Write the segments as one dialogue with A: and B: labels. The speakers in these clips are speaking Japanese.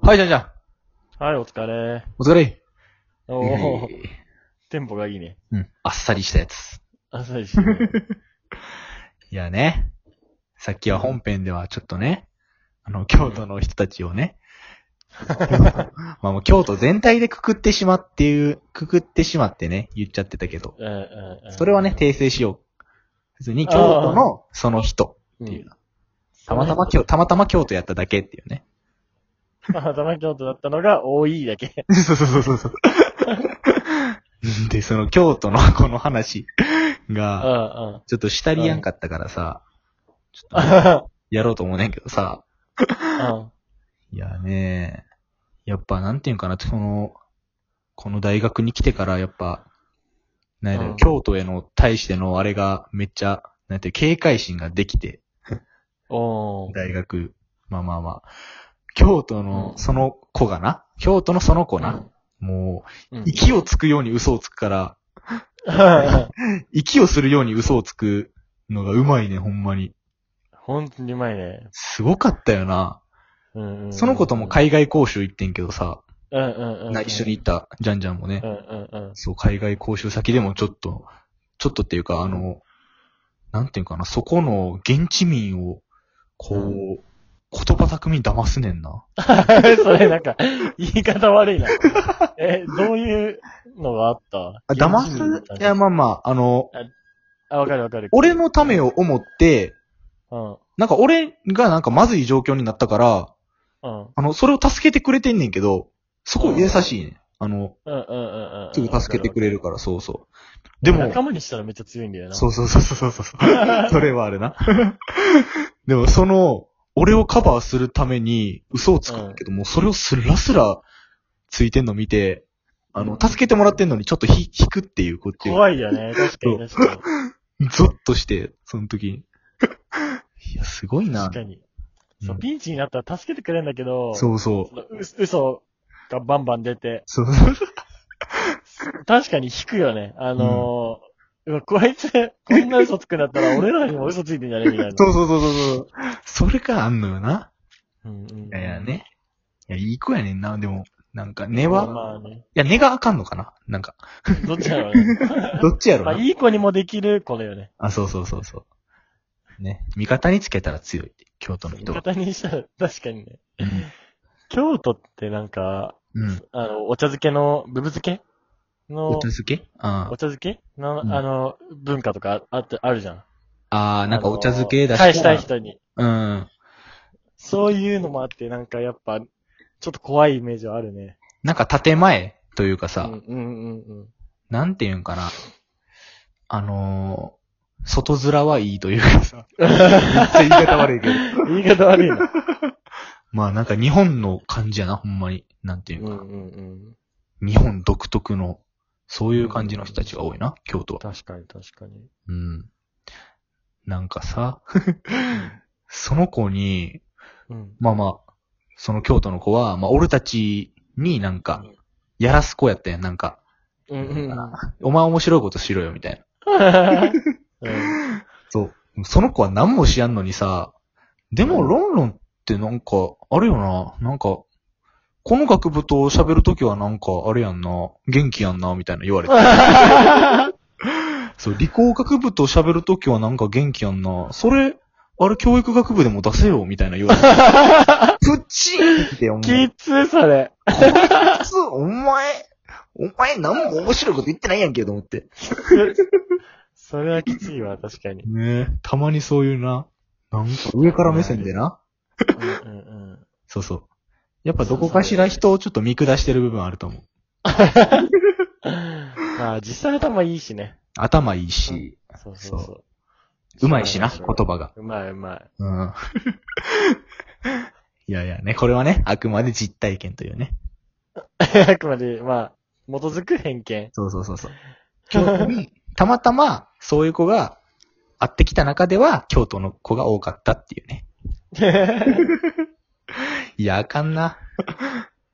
A: はい、じゃんじゃん。
B: はい、お疲れ。
A: お疲れ。
B: おお、 テンポがいいね。
A: うん。あっさりしたやつ。
B: 朝一ね。
A: いやね。さっきは本編ではちょっとね、あの、京都の人たちをね、 まあもう京都全体でくくってしまっていう、くくってしまってね、言っちゃってたけど、
B: うんうんうん
A: それはね、訂正しよう。別に京都のその人っていうの。たまた ま京、たまたま京都やっただけっていうね。
B: たまたま京都だったのが多いだけ。
A: そうそうそうそうそう。 で、その京都のこの話
B: うん
A: が、
B: うん。
A: ちょっとしたりやんかったからさ、ちょっとね、
B: う
A: やろうと思うねんけどさ、
B: ん。
A: いやね、やっぱなんていうんかな、その、この大学に来てからやっぱ、なんやろ
B: うん
A: 京都への対してのあれがめっちゃ、なんていう警戒心ができて、
B: おー。
A: 大学、まあまあまあ、京都
B: う
A: の
B: ん
A: その子がな、京都のその子な、も
B: う。
A: うん 息をつくように嘘をつくから、息をするように嘘をつくのがうまいね、ほんまに。
B: ほんとにうまいね。
A: すごかったよな。
B: うんうん。
A: その子とも海外講習行ってんけどさ、
B: うんうんうん。
A: な一緒に行ったジャンジャンもね
B: う、んうん うん。
A: そう、海外講習先でもちょっと、ちょっとっていうか、あの、なんていうかな、そこの現地民を、こう、
B: う
A: 言葉巧みに騙すねんな。
B: それなんか、言い方悪いな。え、どういうのがあった
A: あ騙すいや、まあまあ、あの、
B: あ、わかるわかる。
A: 俺のためを思って、
B: うん。
A: なんか俺がなんかまずい状況になったから、
B: うん。
A: あの、それを助けてくれてんねんけど、そこ優しいね。あの、
B: うんうんうんうん。
A: すぐ助けてくれるから、そうそう。で
B: で
A: も、
B: 仲間にしたらめっちゃ強いんだよな。
A: そうそうそうそう そうそう。それはあれな。 でもその、俺をカバーするために嘘をつくけども、それをスラスラついてんの見て、あの、助けてもらってんのにちょっとひ引くっていう、こっちが。
B: 怖いよね。確かに確かに。
A: ゾッとして、その 時。いや、すごいな
B: 確。かに。
A: うん
B: そう、ピンチになったら助けてくれるんだけど、
A: そうそう。
B: そのう嘘がバンバン出て、
A: そう そう。
B: 確かに引くよね。あのー、うわ、こいつ、こんな嘘つくんだったら俺らにも嘘ついてんじゃねえみたいな。
A: そうそうそうそう。それがあんのよな。
B: うんうん。い
A: いやいや。ね。いや、いい子やねんな。でも、なんか根
B: まあ
A: は、
B: まあね。
A: いや、根があかんのかななんか、
B: どっちだろうね。
A: どっちやろう
B: ま
A: な
B: あ、。いい子にもできる子だよね。
A: あ、そうそうそうそう。ね。味方につけたら強いって、京都の
B: 味
A: 人は。
B: 方にしたら、確かにね。
A: う
B: 京都ってなんか、
A: ん。うん。
B: あの、お茶漬けの、ぶぶ漬け
A: お
B: の、
A: 茶漬けあ
B: お茶漬けの、
A: うん
B: あの、文化とかああって、あるじゃん。
A: あー、なんかお茶漬けだ
B: し。
A: し。
B: 返したい人に。
A: うん。
B: そういうのもあって、なんかやっぱ、ちょっと怖いイメージはあるね。
A: なんか建前というか
B: う
A: さ、
B: んうんうん
A: なんていうんかな。あのー、外面はいいというかさ。めっちゃ言い方悪い けど。
B: うん。言い方悪いな。
A: まあなんか日本の感じやな、ほんまに。なんていううん
B: う
A: か。
B: んうん。
A: 日本独特の、そういう感じの人たちが多いな、京都は。
B: 確かに確かに。
A: うん。なんかさ、その子に、
B: うん。
A: まあまあ、その京都の子は、まあ俺たちになんか
B: うん、
A: やらす子やったやん、なんか。
B: うんうんうん。
A: お前面白いことしろよ、みたいな。
B: うん
A: そう。その子は何も知らんのにさ、でも
B: うん
A: ロンロンってなんか、あるよな、なんか、この学部と喋るときはなんか、あれやんな、元気やんな、みたいな言われて。そう、理工学部と喋るときはなんか元気やんな、それ、あれ教育学部でも出せよ、みたいな言 われて。プッチーンって思う。
B: きつ、それ。
A: つ、お前、お前何も面白いこと言ってないやんけ、と思って。
B: それはきついわ、確かに。
A: ねえ、たまにそういうな、なんか上から目線でな。
B: うんうんうん。
A: そうそう。やっぱどこかしら人をちょっと見下してる部分あると思う。
B: まあ、実際頭いいしね。
A: 頭いいし、
B: そうそうそう。
A: うまいしな、
B: そう
A: 言
B: そう
A: 葉が。
B: うまいうまい。
A: うん。 いやいやね、これはね、あくまで実体験というね。
B: あくまで、まあ、基づく偏 見。
A: そうそうそうそう。京都に、たまたま、そういう子が、会ってきた中では、京都の子が多かったっていうね。いや、あかんな。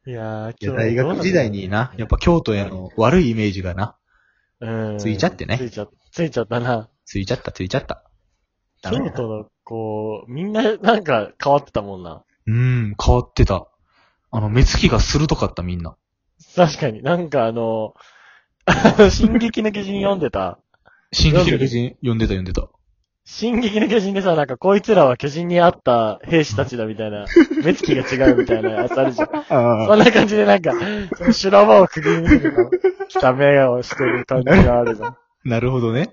B: いやー、
A: いや、大学時代にな、やっぱ京都への悪いイメージがな、
B: うん
A: ついちゃってね
B: ついちゃ、ついちゃったな。
A: ついちゃったついちゃった。ダメ
B: 京
A: だ
B: 都の、こう、みんな、なんか変わってたもんな。
A: うん、変わってた。あの、目つきが鋭かったみんな。
B: 確かになんか あの、あの進撃の巨人読んでた。
A: 進撃の巨人読んでた読んでた。
B: 進撃の巨人でさ、なんかこいつらは巨人に会った兵士たちだみ たいな、目つきが違うみたいなやつあるじゃん。そんな感じでなんか、その修羅場をくぐり抜けての、汚目をしてる感じがあるじゃん。
A: なるほど ね。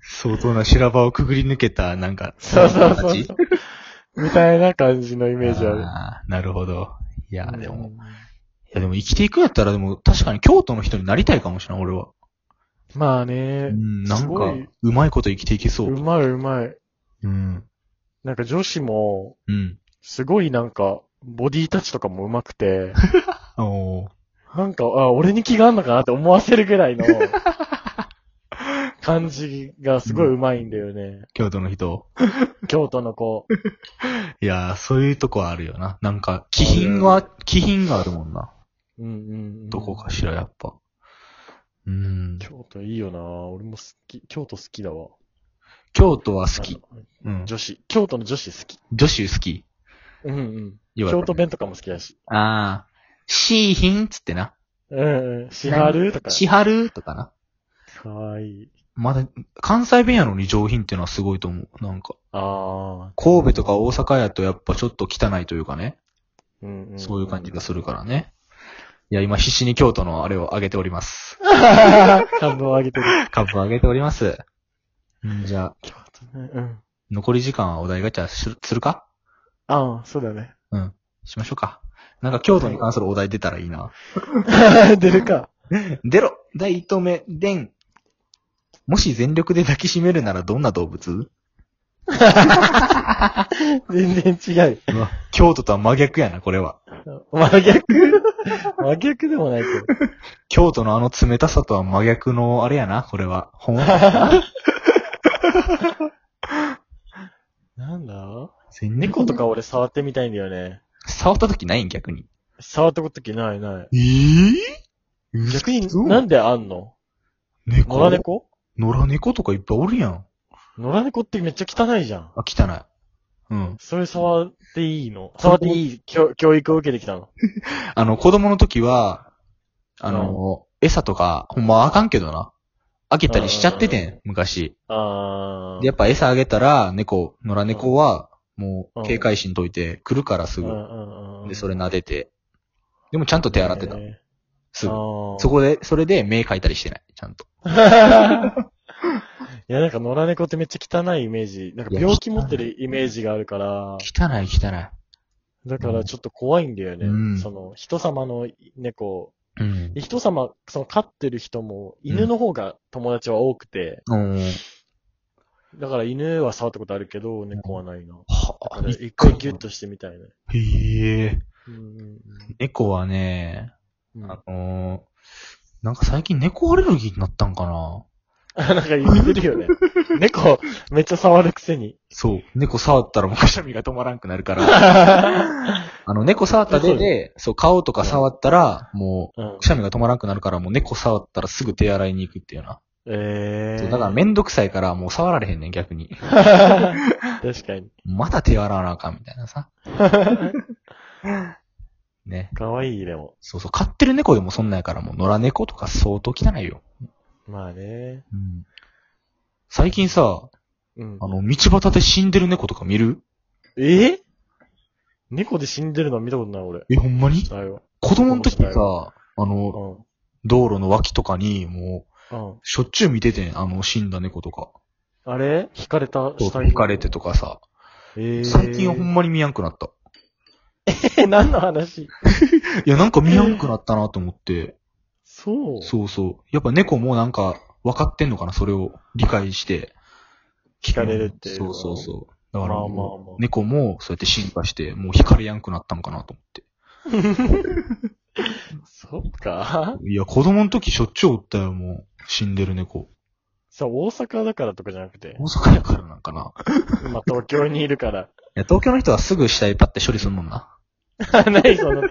A: 相当な修羅場をくぐり抜けた、なんか、
B: そうそう
A: 仲間
B: そ
A: た
B: う
A: ち
B: そう。みたいな感じのイメージあ る。
A: あーなるほど。いや、で
B: う
A: も、い
B: ん
A: やでも生きていくやったらでも確かに京都の人になりたいかもしれない、俺は。
B: まあ
A: う
B: ね、
A: ん、な
B: す
A: ん
B: ご
A: か
B: い、
A: うまいこと生きていけそうう。
B: まいうまい。
A: うん。
B: なんか女子も、
A: うん。
B: すごいなんか、ボディタッチとかもうま くて、
A: おー
B: なんか、あ、俺に気があんのかなって思わせるぐらい の、感じがすごいうまいんだよね。
A: 京都の人。
B: 京都 の子。
A: いやー、そういうとこあるよな。なんか、気品は、気品があるもんな。
B: うんうんうん。
A: どこかしら、やっぱ。うん。
B: 京都いいよな俺も好き。京都好きだわ。
A: 京都は好き。う
B: あの
A: ん。
B: 女子。京都の女子好き。
A: 女子好き。
B: うんうん。
A: よか
B: 京
A: った
B: 都弁とかも好きだし。
A: ああ。しーひんっつってな。
B: うんうん。しはるとか。
A: しはるとかな。
B: かわいい。
A: まだ、関西弁やのに上品っていうのはすごいと思う。なんか、
B: ああ。
A: 神戸とか大阪やとやっぱちょっと汚いというかね。
B: うんうん。
A: そういう感じがするからね。いや、今必死に京都のあれを上げており ます。
B: 感動を上げて る。
A: カップを上げております。うんじゃあ、
B: 京都ね。うん。
A: 残り時間はお題ガチャするするか
B: ああ、そうだ ね。
A: しましょうか。なんか京都に関するお題出たらいいな。
B: 出るか。
A: 出ろ第1投目、でん。もし全力で抱きしめるならどんな動 物
B: 全然違う。
A: うわ京都とは真逆やな、これは。
B: 真逆真逆でもないけど。
A: 京都のあの冷たさとは真逆のあれやな、これは。ほん
B: なんだ
A: 全
B: 猫と
A: か
B: か俺触ってみたいんだよね。
A: 触った時ないん、逆に。
B: 触ったこときないない。
A: えぇ、
B: 逆に、なんであんの
A: 猫
B: 野良猫
A: 野良猫とかいっぱいおるやん。
B: 野良猫ってめっちゃ汚いじゃん。
A: あ、汚い。うん。
B: それ触っていいの触っていい教教育を受けてきたの。
A: あの、子供の時は、あの、餌とか、ほんまあかんけどな。あげたりしちゃってて
B: うん
A: ん、昔。
B: あー。
A: でやっぱ餌あげたら、猫、野良猫は、も
B: う
A: うん警戒心解いて、来るからす
B: うんう
A: ぐ。
B: んうん
A: で、それ撫でて。でもちゃんと手洗ってた。
B: ね
A: す
B: あ
A: ぐ。
B: ー
A: そこで、それで目描いたりしてない。ちゃんと。
B: いや、なんか野良猫ってめっちゃ汚いイメージ。なんか病気持ってるイメージがあるから、
A: 汚い、汚
B: だからちょっと怖いんだよね。
A: うん
B: その、人様の猫。
A: い。うん
B: で。人様、その飼ってる人も、犬の方が友達は多くて、
A: うん。
B: だから犬は触ったことあるけど、猫はないな。
A: は
B: だ
A: あ
B: から一回ギュッとしてみたいね。
A: へえ。
B: うんうん
A: 猫はね、
B: うんうん。
A: あのー、なんか最近猫アレルギーになったんかな
B: あ、なんか言って るよね。猫、めっちゃ触るくせに。
A: そう。猫触った らもうくしゃみが止まらんくなるから、
B: う
A: あの、猫触った手で、そう、顔とか触ったら、も
B: ん
A: う、くしゃみが止まらんくなるから、もう猫触ったらすぐ手洗いに行くっていうような。
B: ええ
A: そ
B: ー。
A: うだからめんどくさいから、もう触られへんねん、逆に。
B: 確かに。
A: まだ手洗わなあかん、みたいなさ。ね。
B: かわいい、でも。
A: そうそう、飼ってる猫でもそんなんやから、もう野良猫とか相当汚いよ。
B: まあね。
A: うん。最近さ、
B: うん
A: あ。の、道端で死んでる猫とか見る
B: え猫で死んでるの見たことない、俺。
A: え、ほんまに
B: だよ。
A: 子供の時に
B: 面
A: さ、あ
B: う
A: の、
B: ん。
A: 道路の脇とかに、もう、
B: うん。
A: しょっちゅう見ててん、あの、死んだ猫とか。
B: あれ引かれた
A: そう、
B: 死体
A: 浮かれてとかさ。
B: えー、
A: 最近はほんまに見やんくなった。
B: え、何の話
A: いや、なんか見やんくなったなと思って。
B: そう。
A: そうそう。やっぱ猫もなんか、分かってんのかな、それを理解して。
B: 惹かれるっていう
A: そ
B: の
A: う
B: は
A: そうそう。だ
B: ま
A: か
B: あ
A: ら
B: まあ
A: もう、
B: まあ。
A: 猫もそうやって進化して、もう惹かれやんくなったんかなと思って。
B: そっか。
A: いや、子供の時しょっちゅうおったよ、もう。死んでる猫。
B: さ、大阪だからとかじゃな くて、
A: 大阪やからなんかな。
B: 今東京にいるから。
A: い や、東京の人はすぐ死体パッて処理するもんな。
B: 何その、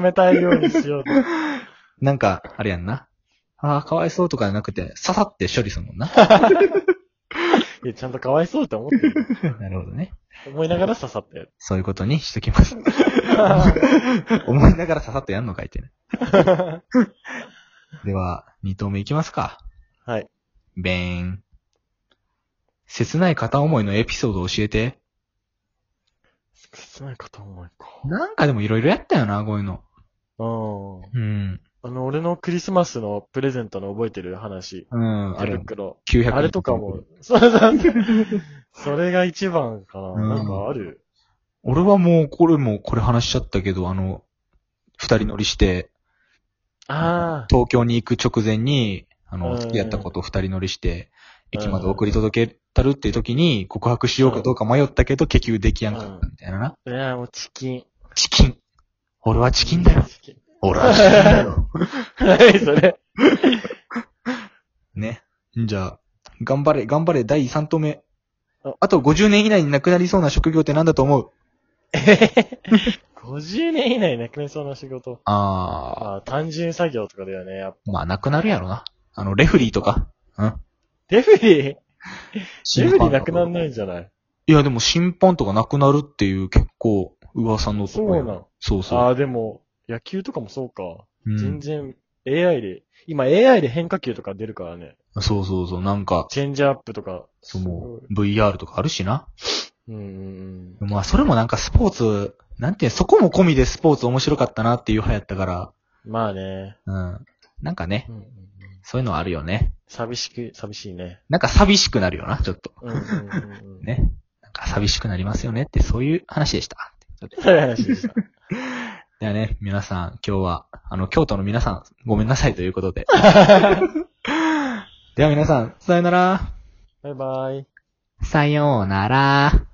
B: 冷たいようにしようと。
A: なんか、あれやんな。ああ、かわいそうとかじゃなくて、ささって処理するもんな。
B: いや、ちゃんとかわいそうって思ってる。
A: なるほどね。
B: 思いながら刺さったよ。
A: そういうことにしとき ます。思いながらささっとやんのかい ってね。では、二投目いきますか。
B: はい。
A: べーん。切ない片思いのエピソードを教えて。
B: 切ないかと思いか。
A: なんかでもいろいろやったよな、こういうの。
B: う
A: う
B: ん。
A: ん。
B: あの、俺のクリスマスのプレゼントの覚えてる話。
A: うん、あ
B: 手
A: れ、
B: 袋。
A: 900
B: あれとかも。、そうそうそう。それが一番かな。
A: うん
B: なんかある。
A: 俺はもう、これも、これ話しちゃったけど、あの、二人乗りして、
B: あ
A: 東京に行く直前に、あ
B: う
A: の、
B: ん
A: 付き合ったことを二人乗りして、
B: うん
A: 駅まで送り届けたるっていう時に、告白しようかどうか迷ったけど、結局できやんかったみたいなな。
B: あ。いや、もうチキン。
A: チキン。俺はチキンだよ。
B: チキン。
A: 俺はチキンだよ。
B: はい、それ。
A: ね。じゃあ、頑張れ、頑張れ、第3投目
B: あ。
A: あと50年以内になくなりそうな職業って何だと思う
B: 50年以内なくなりそうな仕事。
A: あ
B: ああ、単純作業とかだよね。やっぱ
A: ー、まあ、なくなるやろな。あの、レフリーとか。うん。
B: レフェリー、レフ
A: レ
B: ェリーなくなんないんじゃない
A: いや、でも審判とかなくなるっていう結構噂のと
B: そう
A: こ
B: な
A: や
B: の。
A: そうそう。
B: ああ、でも、野球とかもそうか。
A: うん
B: 全然、AI で、今 AI で変化球とか出るからね。
A: そうそうそう。なんか、
B: チェンジアップとか。
A: そ
B: す
A: の
B: ごい、
A: VR とかあるしな。
B: うんうん
A: まあ、それもなんかスポーツ、なんていうのそこも込みでスポーツ面白かったなっていう派やったから、
B: うん。まあね。
A: うん。なんかね
B: う、んうんうん、
A: そういうのはあるよね。
B: 寂しく、寂しいね。
A: なんか寂しくなるよな、ちょっと。
B: うんうんうんうん。。
A: ね。なんか寂しくなりますよねって、そういう話でした。
B: そういう話でした。
A: ではね、皆さん、今日は、あの、京都の皆さん、ごめんなさいということ で。では皆さん、さよなら。
B: バイバイ。
A: さようなら。